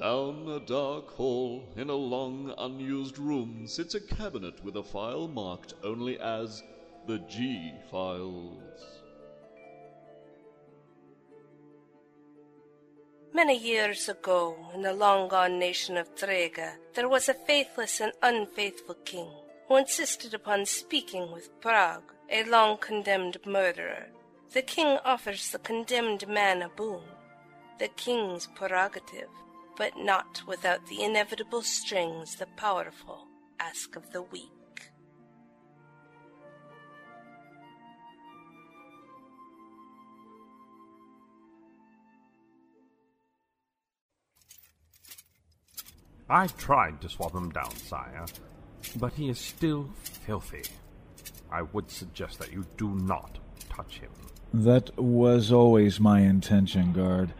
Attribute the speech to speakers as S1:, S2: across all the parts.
S1: Down a dark hall, in a long unused room, sits a cabinet with a file marked only as the G Files.
S2: Many years ago, in the long gone nation of Trega, there was a faithless and unfaithful king who insisted upon speaking with Prague, a long condemned murderer. The king offers the condemned man a boon, the king's prerogative, but not without the inevitable strings the powerful ask of the weak.
S3: I tried to swab him down, sire, but he is still filthy. I would suggest that you do not touch him.
S4: That was always my intention, guard.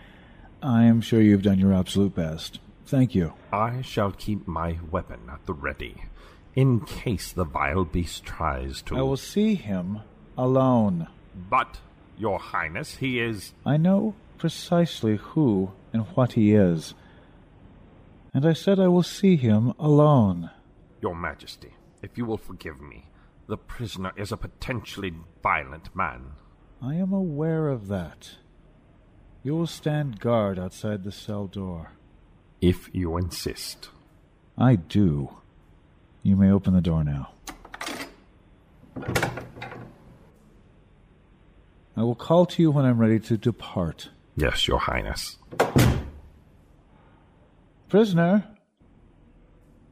S4: I am sure you've done your absolute best. Thank you.
S3: I shall keep my weapon at the ready, in case the vile beast tries to.
S4: I will see him alone.
S3: But, Your Highness, he is.
S4: I know precisely who and what he is. And I said I will see him alone.
S3: Your Majesty, if you will forgive me, the prisoner is a potentially violent man.
S4: I am aware of that. You will stand guard outside the cell door.
S3: If you insist.
S4: I do. You may open the door now. I will call to you when I'm ready to depart.
S3: Yes, Your Highness.
S4: Prisoner,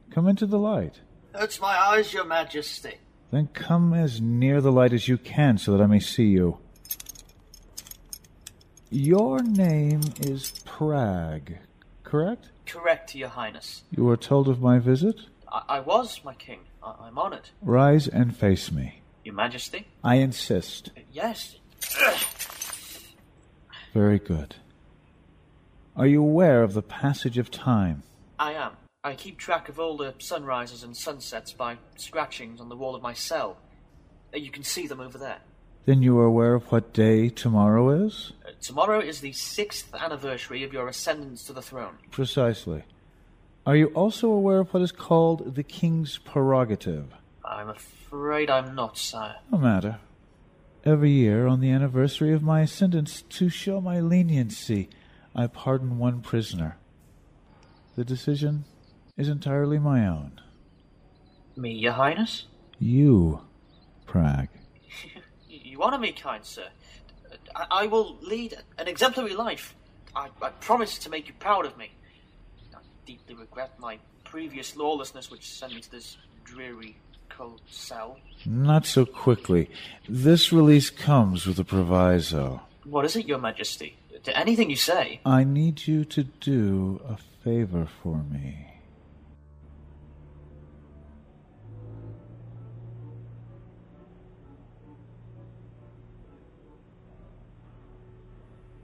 S4: come into the light.
S5: Hurts my eyes, Your Majesty.
S4: Then come as near the light as you can so that I may see you. Your name is Prague, correct?
S5: Correct, Your Highness.
S4: You were told of my visit?
S5: I, I was, my king. I- I'm honored.
S4: Rise and face me.
S5: Your Majesty?
S4: I insist.
S5: Yes.
S4: Very good. Are you aware of the passage of time?
S5: I am. I keep track of all the sunrises and sunsets by scratchings on the wall of my cell. Uh, You can see them over there.
S4: Then you are aware of what day tomorrow is?
S5: Uh, Tomorrow is the sixth anniversary of your ascendance to the throne.
S4: Precisely. Are you also aware of what is called the king's prerogative?
S5: I'm afraid I'm not, sire.
S4: No matter. Every year, on the anniversary of my ascendance, to show my leniency, I pardon one prisoner. The decision is entirely my own.
S5: Me, Your Highness?
S4: You, Prague.
S5: Y- You honour me, kind sir. I, I will lead an exemplary life. I, I promise to make you proud of me. I deeply regret my previous lawlessness, which sent me to this dreary, cold cell.
S4: Not so quickly. This release comes with a proviso.
S5: What is it, Your Majesty? To anything you say.
S4: I need you to do a favor for me.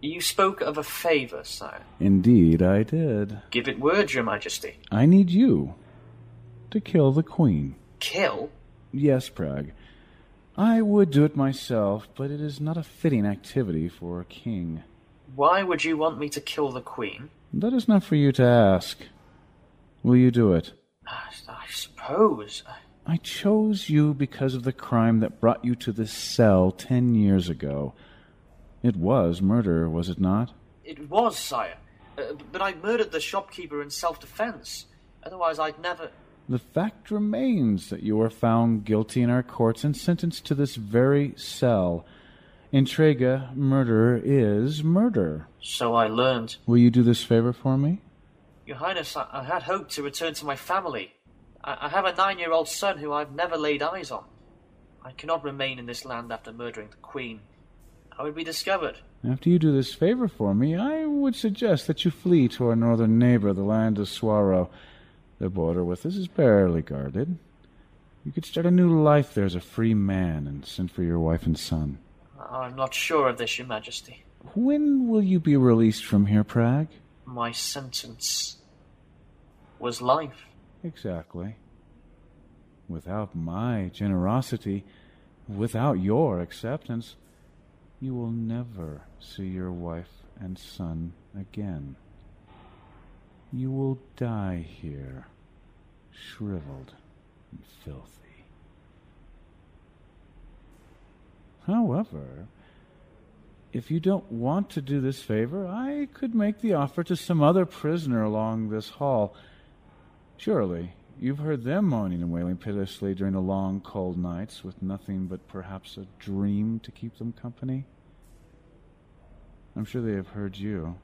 S5: You spoke of a favour, sire.
S4: Indeed, I did.
S5: Give it word, Your Majesty.
S4: I need you to kill the queen.
S5: Kill?
S4: Yes, Prague. I would do it myself, but it is not a fitting activity for a king.
S5: Why would you want me to kill the Queen?
S4: That is not for you to ask. Will you do it?
S5: I Ah, I suppose.
S4: I chose you because of the crime that brought you to this cell ten years ago. It was murder, was it not?
S5: It was, sire. Uh, but I murdered the shopkeeper in self defence. Otherwise, I'd never.
S4: The fact remains that you were found guilty in our courts and sentenced to this very cell. In Trega, murder is murder.
S5: So I learned.
S4: Will you do this favor for me?
S5: Your Highness, I, I had hoped to return to my family. I, I have a nine year old son who I've never laid eyes on. I cannot remain in this land after murdering the Queen. I would be discovered.
S4: After you do this favor for me, I would suggest that you flee to our northern neighbor, the land of Suaro. The border with us is barely guarded. You could start a new life there as a free man and send for your wife and son.
S5: I- I'm not sure of this, Your Majesty.
S4: When will you be released from here, Prague?
S5: My sentence was life.
S4: Exactly. Without my generosity, without your acceptance, you will never see your wife and son again. You will die here, shriveled and filthy. However, if you don't want to do this favor, I could make the offer to some other prisoner along this hall. Surely, you've heard them moaning and wailing piteously during the long, cold nights with nothing but perhaps a dream to keep them company. I'm sure they have heard you.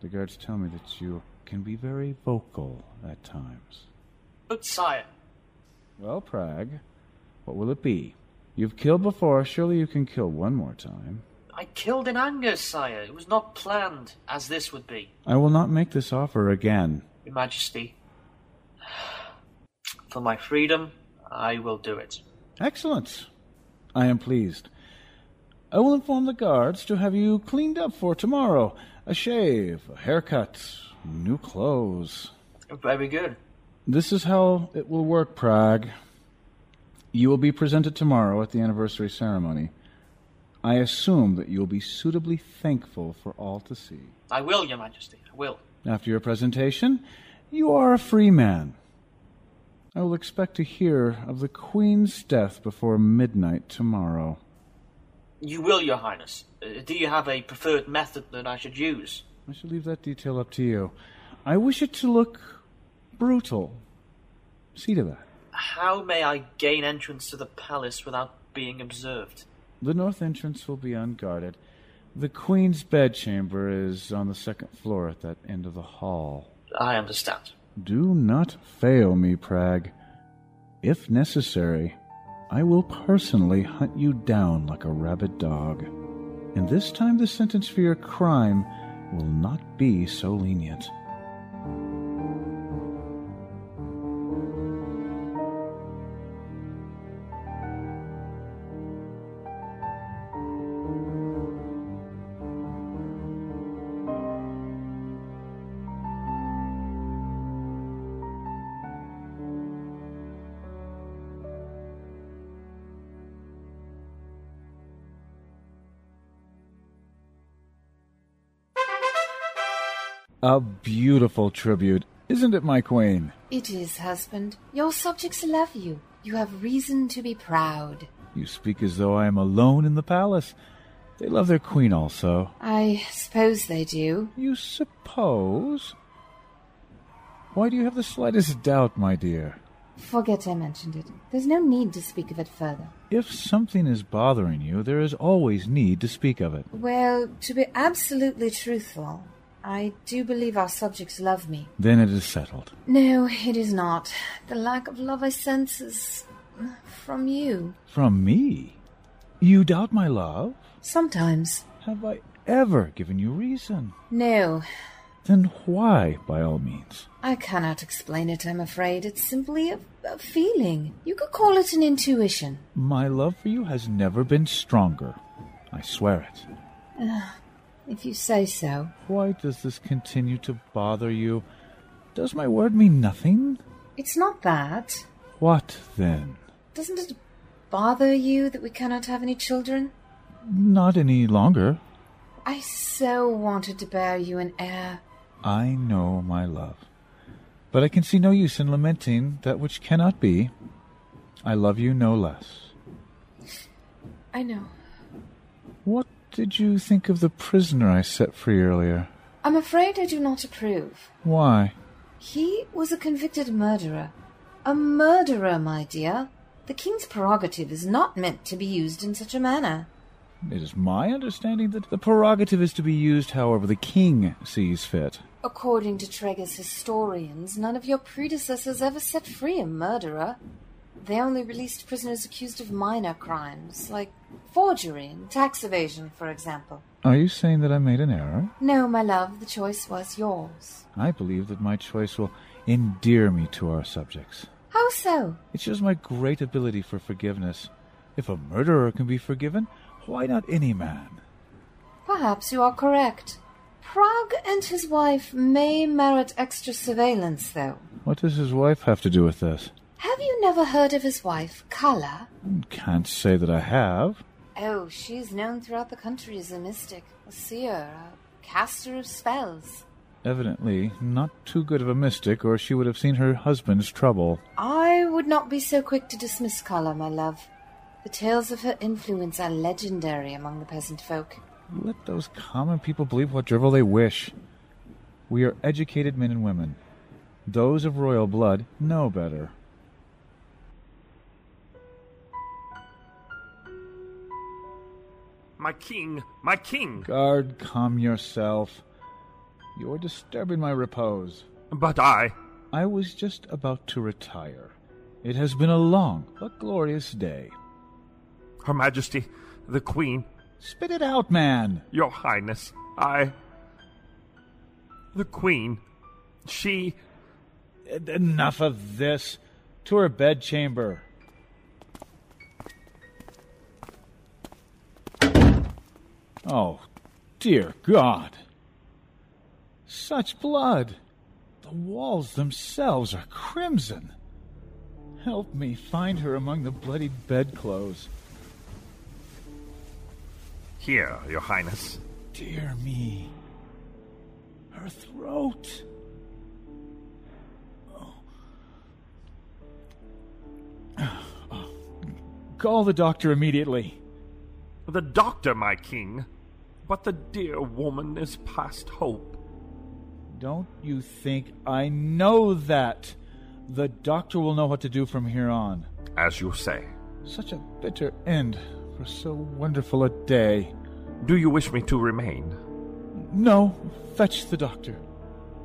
S4: The guards tell me that you can be very vocal at times.
S5: But, sire,
S4: Well, Prague, what will it be? You've killed before, surely you can kill one more time.
S5: I killed in anger, sire. It was not planned as this would be.
S4: I will not make this offer again.
S5: Your Majesty, for my freedom, I will do it.
S4: Excellent. I am pleased. I will inform the guards to have you cleaned up for tomorrow. A shave, a haircut, new clothes.
S5: Very good.
S4: This is how it will work, Prague. You will be presented tomorrow at the anniversary ceremony. I assume that you will be suitably thankful for all to see.
S5: I will, Your Majesty. I will.
S4: After your presentation, you are a free man. I will expect to hear of the Queen's death before midnight tomorrow.
S5: You will, Your Highness. Uh, do you have a preferred method that I should use?
S4: I should leave that detail up to you. I wish it to look brutal. See to that.
S5: How may I gain entrance to the palace without being observed?
S4: The north entrance will be unguarded. The Queen's bedchamber is on the second floor at that end of the hall.
S5: I understand.
S4: Do not fail me, Prague. If necessary, I will personally hunt you down like a rabid dog. And this time the sentence for your crime will not be so lenient. A beautiful tribute, isn't it, my queen?
S6: It is, husband. Your subjects love you. You have reason to be proud.
S4: You speak as though I am alone in the palace. They love their queen also.
S6: I suppose they do.
S4: You suppose? Why do you have the slightest doubt, my dear?
S6: Forget I mentioned it. There's no need to speak of it further.
S4: If something is bothering you, there is always need to speak of it.
S6: Well, to be absolutely truthful, I do believe our subjects love me.
S4: Then it is settled.
S6: No, it is not. The lack of love I sense is from you.
S4: From me? You doubt my love?
S6: Sometimes.
S4: Have I ever given you reason?
S6: No,
S4: Then why, by all means?
S6: I cannot explain it, I'm afraid. It's simply a, a feeling. You could call it an intuition.
S4: My love for you has never been stronger. I swear it.
S6: If you say so.
S4: Why does this continue to bother you? Does my word mean nothing?
S6: It's not that.
S4: What then?
S6: Doesn't it bother you that we cannot have any children?
S4: Not any longer.
S6: I so wanted to bear you an heir.
S4: I know my love. But I can see no use in lamenting that which cannot be. I love you no less.
S6: I know.
S4: What did you think of the prisoner I set free earlier?
S6: I'm afraid I do not approve.
S4: Why?
S6: He was a convicted murderer. A murderer, my dear. The king's prerogative is not meant to be used in such a manner.
S4: It is my understanding that the prerogative is to be used however the king sees fit.
S6: According to Trege's historians, none of your predecessors ever set free a murderer. They only released prisoners accused of minor crimes, like forgery and tax evasion, for example.
S4: Are you saying that I made an error?
S6: No, my love, the choice was yours.
S4: I believe that my choice will endear me to our subjects.
S6: How so?
S4: It shows my great ability for forgiveness. If a murderer can be forgiven, why not any man?
S6: Perhaps you are correct. Prague and his wife may merit extra surveillance, though.
S4: What does his wife have to do with this?
S6: Have you never heard of his wife, Kala?
S4: Can't say that I have.
S6: Oh, she is known throughout the country as a mystic, a seer, a caster of spells.
S4: evidently not too good of a mystic, or she would have seen her husband's trouble.
S6: I would not be so quick to dismiss Carla, my love. The tales of her influence are legendary among the peasant folk.
S4: Let those common people believe what drivel they wish. We are educated men and women. Those of royal blood know better.
S3: My king, my king!
S4: Guard, calm yourself. You're disturbing my repose.
S3: But I.
S4: I was just about to retire. It has been a long but glorious day.
S3: Her Majesty, the Queen,
S4: Spit it out, man!
S3: Your Highness, I. The Queen, she.
S4: En- Enough of this. To her bedchamber. Oh, dear God. Such blood. The walls themselves are crimson. Help me find her among the bloodied bedclothes.
S3: Here, Your Highness.
S4: Dear me. Her throat. Oh. Oh. Call the doctor immediately.
S3: The doctor, my king. But the dear woman is past hope.
S4: Don't you think I know that? The doctor will know what to do from here on.
S3: As you say.
S4: Such a bitter end for so wonderful a day.
S3: Do you wish me to remain?
S4: No, fetch the doctor.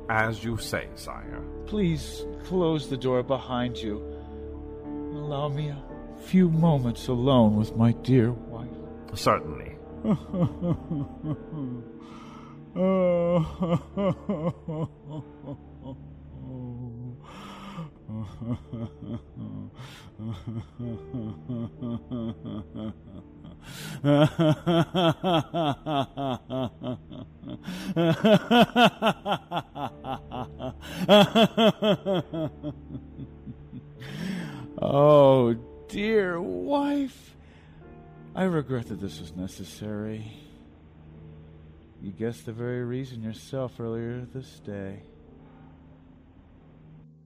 S3: As you say, sire.
S4: Please close the door behind you. Allow me a few moments alone with my dear wife.
S3: Certainly.
S4: oh, dear wife. I regret that this was necessary. You guessed the very reason yourself earlier this day.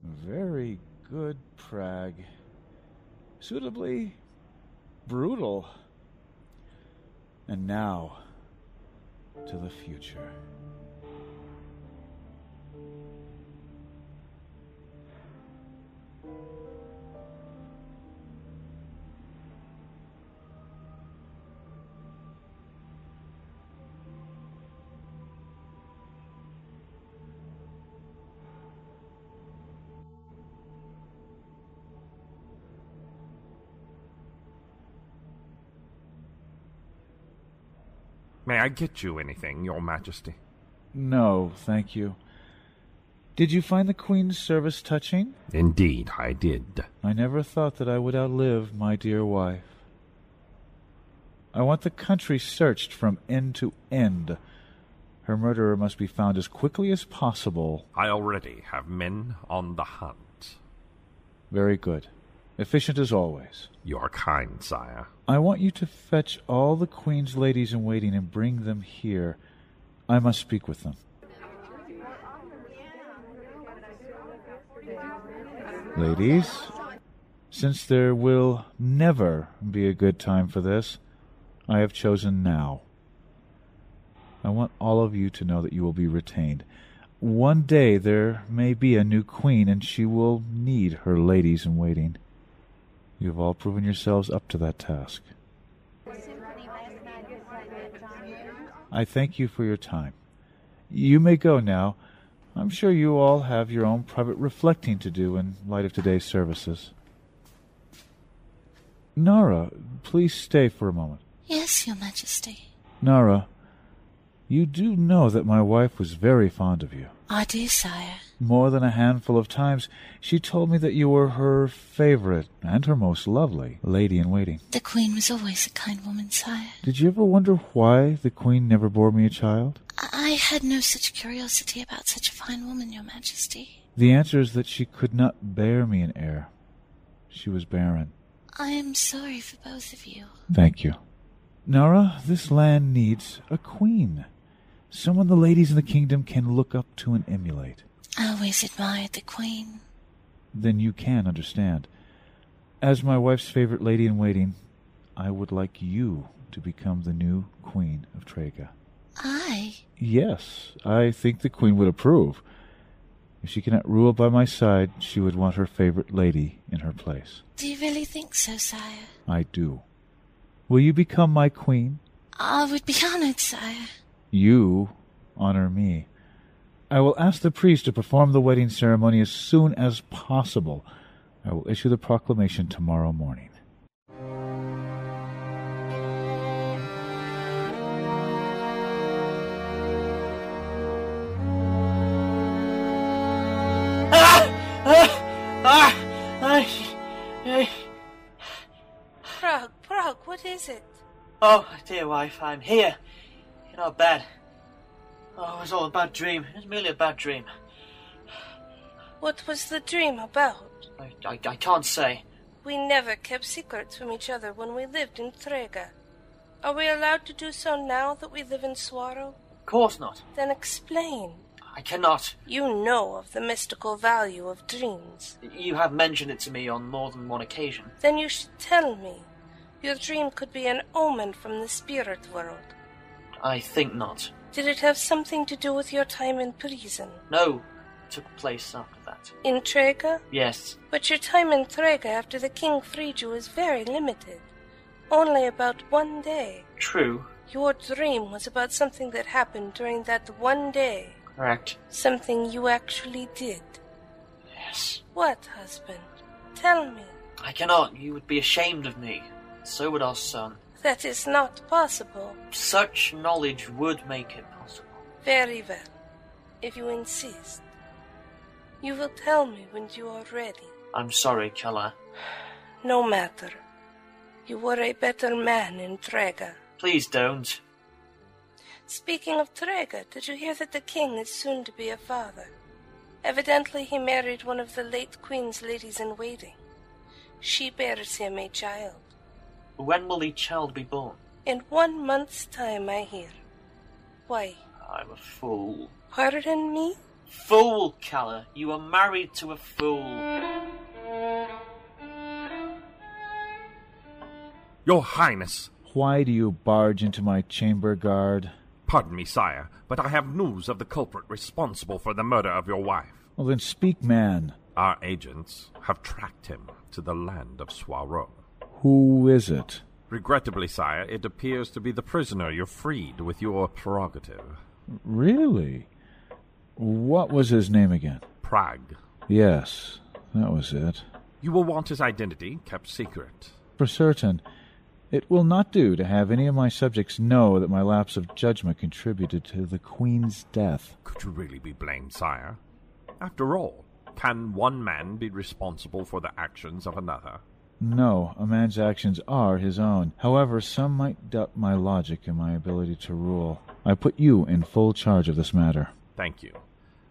S4: Very good Prague. Suitably brutal. And now to the future.
S3: May I get you anything, Your Majesty?
S4: No, thank you. Did you find the Queen's service touching?
S3: Indeed, I did.
S4: I never thought that I would outlive my dear wife. I want the country searched from end to end. Her murderer must be found as quickly as possible.
S3: I already have men on the hunt.
S4: Very good. Efficient as always.
S3: You are kind, sire.
S4: I want you to fetch all the Queen's ladies in waiting and bring them here. I must speak with them. Ladies, since there will never be a good time for this, I have chosen now. I want all of you to know that you will be retained. One day there may be a new queen, and she will need her ladies in waiting. You have all proven yourselves up to that task. I thank you for your time. You may go now. I'm sure you all have your own private reflecting to do in light of today's services. Nara, please stay for a moment.
S7: Yes, Your Majesty.
S4: Nara, you do know that my wife was very fond of you.
S7: I do, sire.
S4: More than a handful of times she told me that you were her favorite and her most lovely lady in waiting.
S7: The Queen was always a kind woman, sire.
S4: Did you ever wonder why the Queen never bore me a child?
S7: I, I had no such curiosity about such a fine woman, Your Majesty.
S4: The answer is that she could not bear me an heir. She was barren.
S7: I am sorry for both of you.
S4: Thank you. Nara, this land needs a queen. Someone the ladies in the kingdom can look up to and emulate.
S7: I always admired the Queen.
S4: Then you can understand. As my wife's favorite lady in waiting, I would like you to become the new Queen of Traga.
S7: I?
S4: Yes, I think the Queen would approve. If she cannot rule by my side, she would want her favorite lady in her place.
S7: Do you really think so, sire?
S4: I do. Will you become my Queen?
S7: I would be honored, sire.
S4: You honor me. I will ask the priest to perform the wedding ceremony as soon as possible. I will issue the proclamation tomorrow morning.
S5: Oh,
S2: Prague, Prague, what is it?
S5: Oh, dear wife, I'm here. In our bed. Oh, it was all a bad dream. It was merely a bad dream.
S2: What was the dream about?
S5: I, I, I can't say.
S2: We never kept secrets from each other when we lived in Trega. Are we allowed to do so now that we live in Swaro?
S5: Of course not.
S2: Then explain.
S5: I cannot.
S2: You know of the mystical value of dreams.
S5: You have mentioned it to me on more than one occasion.
S2: Then you should tell me. Your dream could be an omen from the spirit world.
S5: I think not.
S2: Did it have something to do with your time in prison?
S5: No, it took place after that.
S2: In Trega?
S5: Yes,
S2: But your time in Trega after the king freed you is very limited. Only about one day.
S5: true,
S2: Your dream was about something that happened during that one day.
S5: correct.
S2: Something you actually did.
S5: Yes.
S2: What, husband? Tell me.
S5: I cannot. You would be ashamed of me. So would our son.
S2: That is not possible.
S5: Such knowledge would make it possible.
S2: Very well, if you insist. You will tell me when you are ready.
S5: I'm sorry, Kala.
S2: No matter. You were a better man in Trega.
S5: Please don't.
S2: Speaking of Trega, did you hear that the king is soon to be a father? Evidently, he married one of the late queen's ladies in waiting. She bears him a child.
S5: When will the child be born?
S2: In one month's time, I hear. Why,
S5: I'm a fool.
S2: pardon me?
S5: Fool, Kala. You are married to a fool.
S3: Your Highness,
S4: Why do you barge into my chamber, guard?
S3: pardon me, sire, but I have news of the culprit responsible for the murder of your wife.
S4: Well, then speak, man.
S3: Our agents have tracked him to the land of Soirot.
S4: Who is it?
S3: Regrettably, sire, it appears to be the prisoner you freed with your prerogative.
S4: Really? What was his name again?
S3: Prague.
S4: Yes, that was it.
S3: You will want his identity kept secret.
S4: For certain, it will not do to have any of my subjects know that my lapse of judgment contributed to the Queen's death.
S3: Could you really be blamed, sire? After all, can one man be responsible for the actions of another?
S4: No, a man's actions are his own. However, some might doubt my logic and my ability to rule. I put you in full charge of this matter.
S3: Thank you.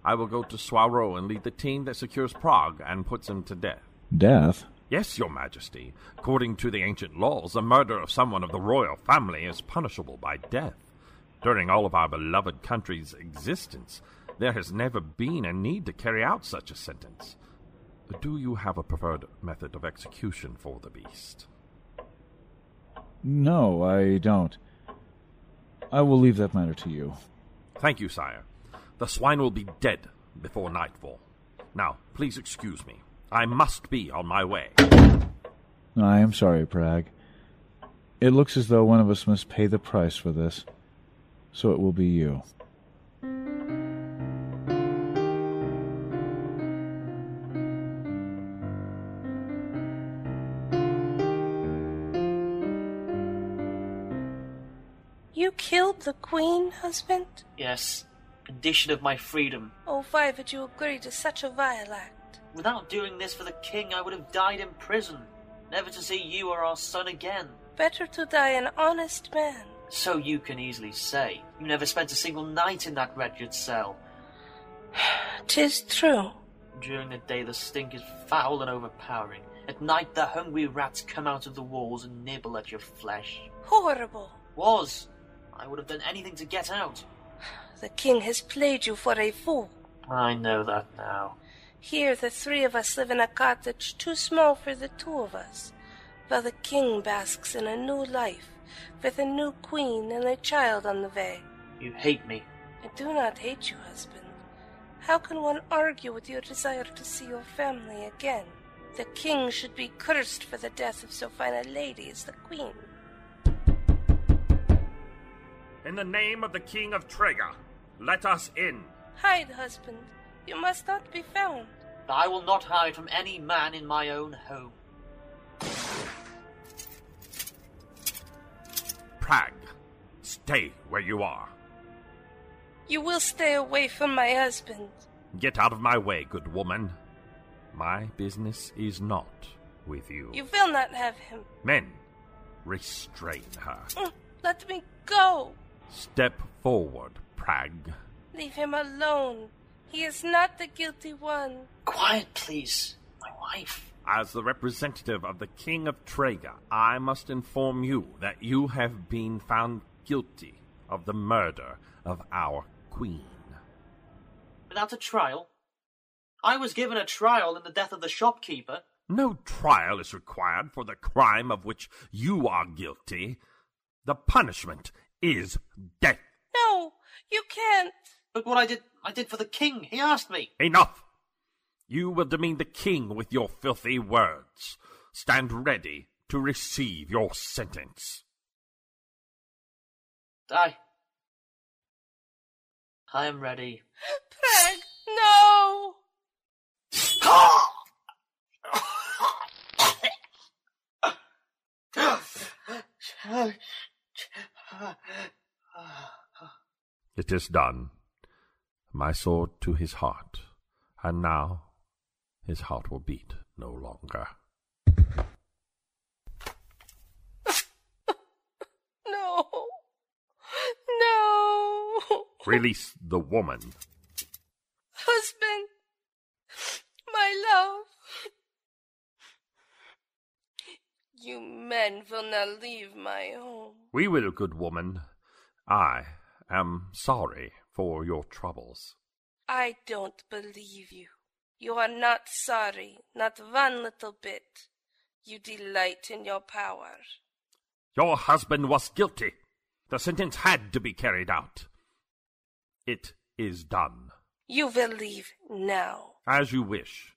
S3: I will go to Soirot and lead the team that secures Prague and puts him to death.
S4: Death?
S3: Yes, Your Majesty. According to the ancient laws, the murder of someone of the royal family is punishable by death. During all of our beloved country's existence, there has never been a need to carry out such a sentence. Do you have a preferred method of execution for the beast?
S4: No, I don't. I will leave that matter to you.
S3: Thank you, sire. The swine will be dead before nightfall. Now, please excuse me. I must be on my way.
S4: I am sorry, Prague. It looks as though one of us must pay the price for this, so it will be you.
S2: You killed the queen, husband?
S5: Yes. Condition of my freedom.
S2: Oh, why would you agree to such a vile act?
S5: Without doing this for the king, I would have died in prison, never to see you or our son again.
S2: Better to die an honest man.
S5: So you can easily say. You never spent a single night in that wretched cell.
S2: Tis true.
S5: During the day, the stink is foul and overpowering. At night, the hungry rats come out of the walls and nibble at your flesh.
S2: Horrible.
S5: Was! I would have done anything to get out.
S2: the king has played you for a fool.
S5: I know that now.
S2: Here the three of us live in a cottage too small for the two of us, while the king basks in a new life, with a new queen and a child on the way.
S5: You hate me.
S2: I do not hate you, husband. How can one argue with your desire to see your family again? The king should be cursed for the death of so fine a lady as the queen.
S3: In the name of the King of Trega, let us in.
S2: Hide, husband. You must not be found.
S5: I will not hide from any man in my own home.
S3: Prague, stay where you are.
S2: You will stay away from my husband.
S3: Get out of my way, good woman. My business is not with you.
S2: You will not have him.
S3: Men, restrain her.
S2: Mm, Let me go.
S3: Step forward, Prague.
S2: Leave him alone. He is not the guilty one.
S5: Quiet, please. My wife.
S3: As the representative of the King of Traga, I must inform you that you have been found guilty of the murder of our queen.
S5: Without a trial? I was given a trial in the death of the shopkeeper.
S3: No trial is required for the crime of which you are guilty. The punishment is death.
S2: No, you can't.
S5: Look what I did. I did for the king. He asked me.
S3: Enough! You will demean the king with your filthy words. Stand ready to receive your sentence.
S5: I. I am ready.
S2: Preg, no.
S3: It is done. My sword to his heart, and now his heart will beat no longer.
S2: No. No.
S3: Release the woman.
S2: Husband. My love. You men will not leave my home.
S3: We will, good woman. I am sorry for your troubles.
S2: I don't believe you. You are not sorry, not one little bit. You delight in your power.
S3: Your husband was guilty. The sentence had to be carried out. It is done.
S2: You will leave now.
S3: As you wish.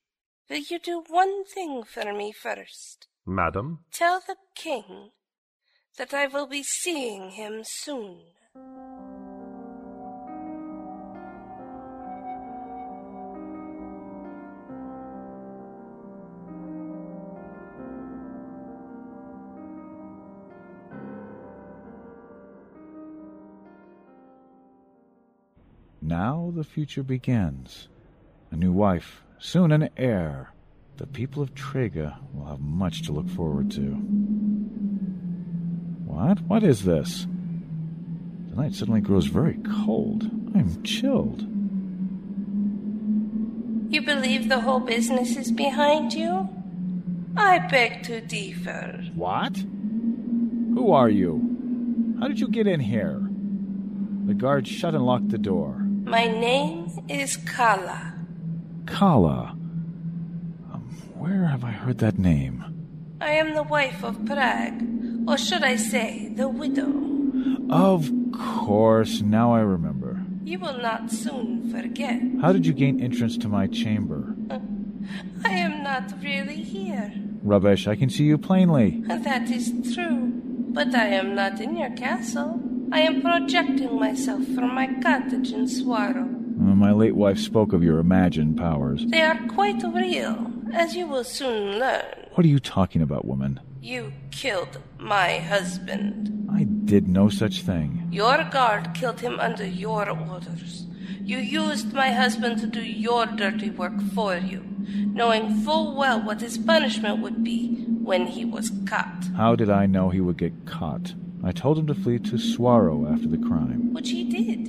S2: Will you do one thing for me first?
S3: Madam,
S2: Tell the king that I will be seeing him soon.
S4: Now the future begins. A new wife, soon an heir. The people of Trega will have much to look forward to. What? What is this? The night suddenly grows very cold. I'm chilled.
S2: You believe the whole business is behind you? I beg to differ.
S4: What? Who are you? How did you get in here? The guard shut and locked the door.
S2: My name is Kala.
S4: Kala. Um, where have I heard that name?
S2: I am the wife of Prague, or should I say, the widow.
S4: Of course, now I remember.
S2: You will not soon forget.
S4: How did you gain entrance to my chamber?
S2: I am not really here.
S4: Rubbish, I can see you plainly.
S2: That is true. But I am not in your castle. I am projecting myself from my cottage in Swaro.
S4: Uh, my late wife spoke of your imagined powers.
S2: They are quite real, as you will soon learn.
S4: What are you talking about, woman?
S2: You killed my husband.
S4: I did no such thing.
S2: Your guard killed him under your orders. You used my husband to do your dirty work for you, knowing full well what his punishment would be when he was caught,
S4: How did I know he would get caught? I told him to flee to Swaro after the crime.
S2: which he did.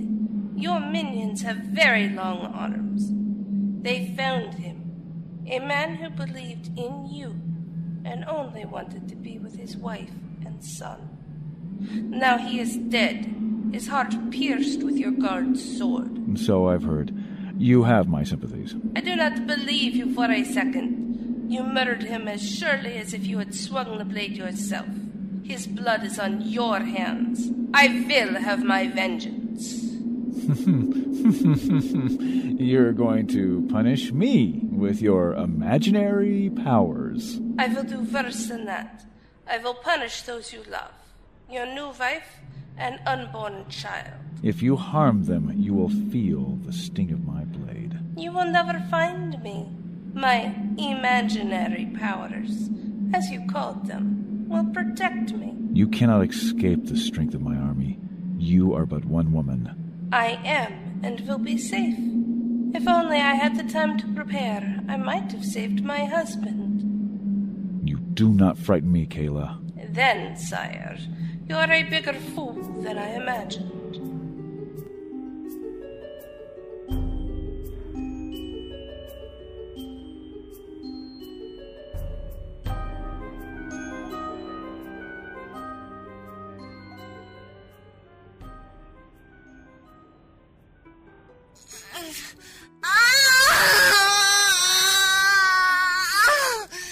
S2: Your minions have very long arms. They found him, a man who believed in you and only wanted to be with his wife and son. Now he is dead, his heart pierced with your guard's sword.
S4: And so I've heard. You have my sympathies.
S2: I do not believe you for a second. You murdered him as surely as if you had swung the blade yourself. His blood is on your hands. I will have my vengeance.
S4: You're going to punish me with your imaginary powers.
S2: I will do worse than that. I will punish those you love your new wife and unborn child.
S4: If you harm them, you will feel the sting of my blade.
S2: You will never find me. My imaginary powers, as you called them, will protect me.
S4: You cannot escape the strength of my army. You are but one woman.
S2: I am and will be safe. If only I had the time to prepare, I might have saved my husband.
S4: You do not frighten me, Kayla.
S2: Then, sire, you are a bigger fool than I imagined.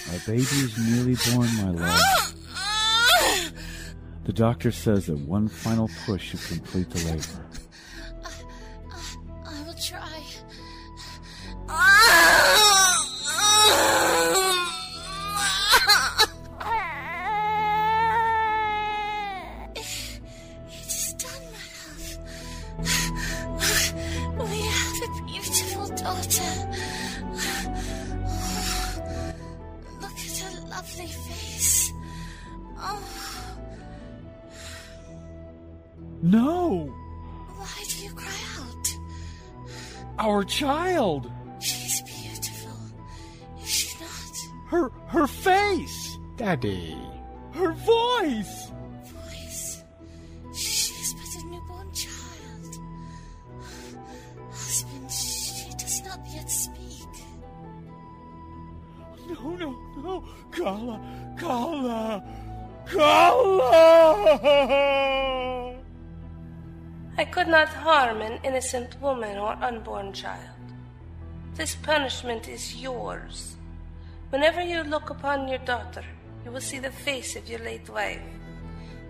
S4: My baby is nearly born, my love. The doctor says that one final push should complete the labor.
S7: I will try. It is done, my love. We have a beautiful daughter. Look at her lovely face. Oh.
S4: No!
S7: Why do you cry out?
S4: Our child!
S7: She's beautiful. Is she not?
S4: Her her face!
S8: Daddy.
S4: Her voice!
S7: Voice. She's but a newborn child. Husband, she does not yet speak.
S4: No, no, no! Kala! Kala! Kala!
S2: I could not harm an innocent woman or unborn child. This punishment is yours. Whenever you look upon your daughter, you will see the face of your late wife.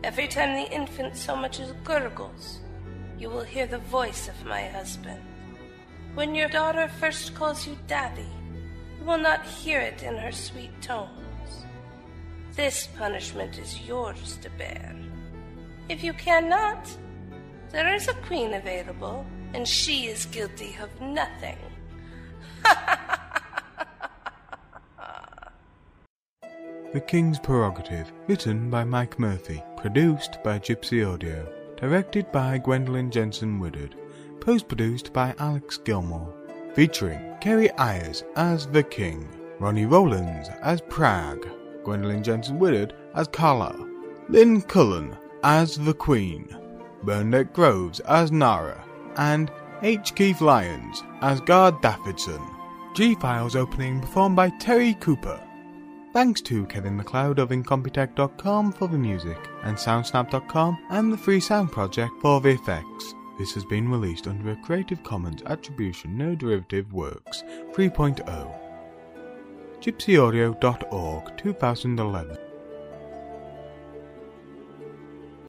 S2: Every time the infant so much as gurgles, you will hear the voice of my husband. When your daughter first calls you daddy, you will not hear it in her sweet tones. This punishment is yours to bear. If you cannot, there is a queen available, and she is guilty of nothing.
S9: The King's Prerogative, written by Mike Murphy, produced by Gypsy Audio, directed by Gwendolyn Jensen Woodard, post produced by Alex Gilmore, featuring Kerry Ayers as the King, Ronnie Rollins as Prague, Gwendolyn Jensen Woodard as Carla, Lynn Cullen as the Queen, Bernadette Groves as Nara, and H. Keith Lyons as Guard Daffodson. G Files opening performed by Terry Cooper. Thanks to Kevin McLeod of Incompetech.com for the music, and Soundsnap.com and the Free Sound Project for the effects. This has been released under a Creative Commons Attribution No Derivative oh. Works 3.0. GypsyAudio.org 2011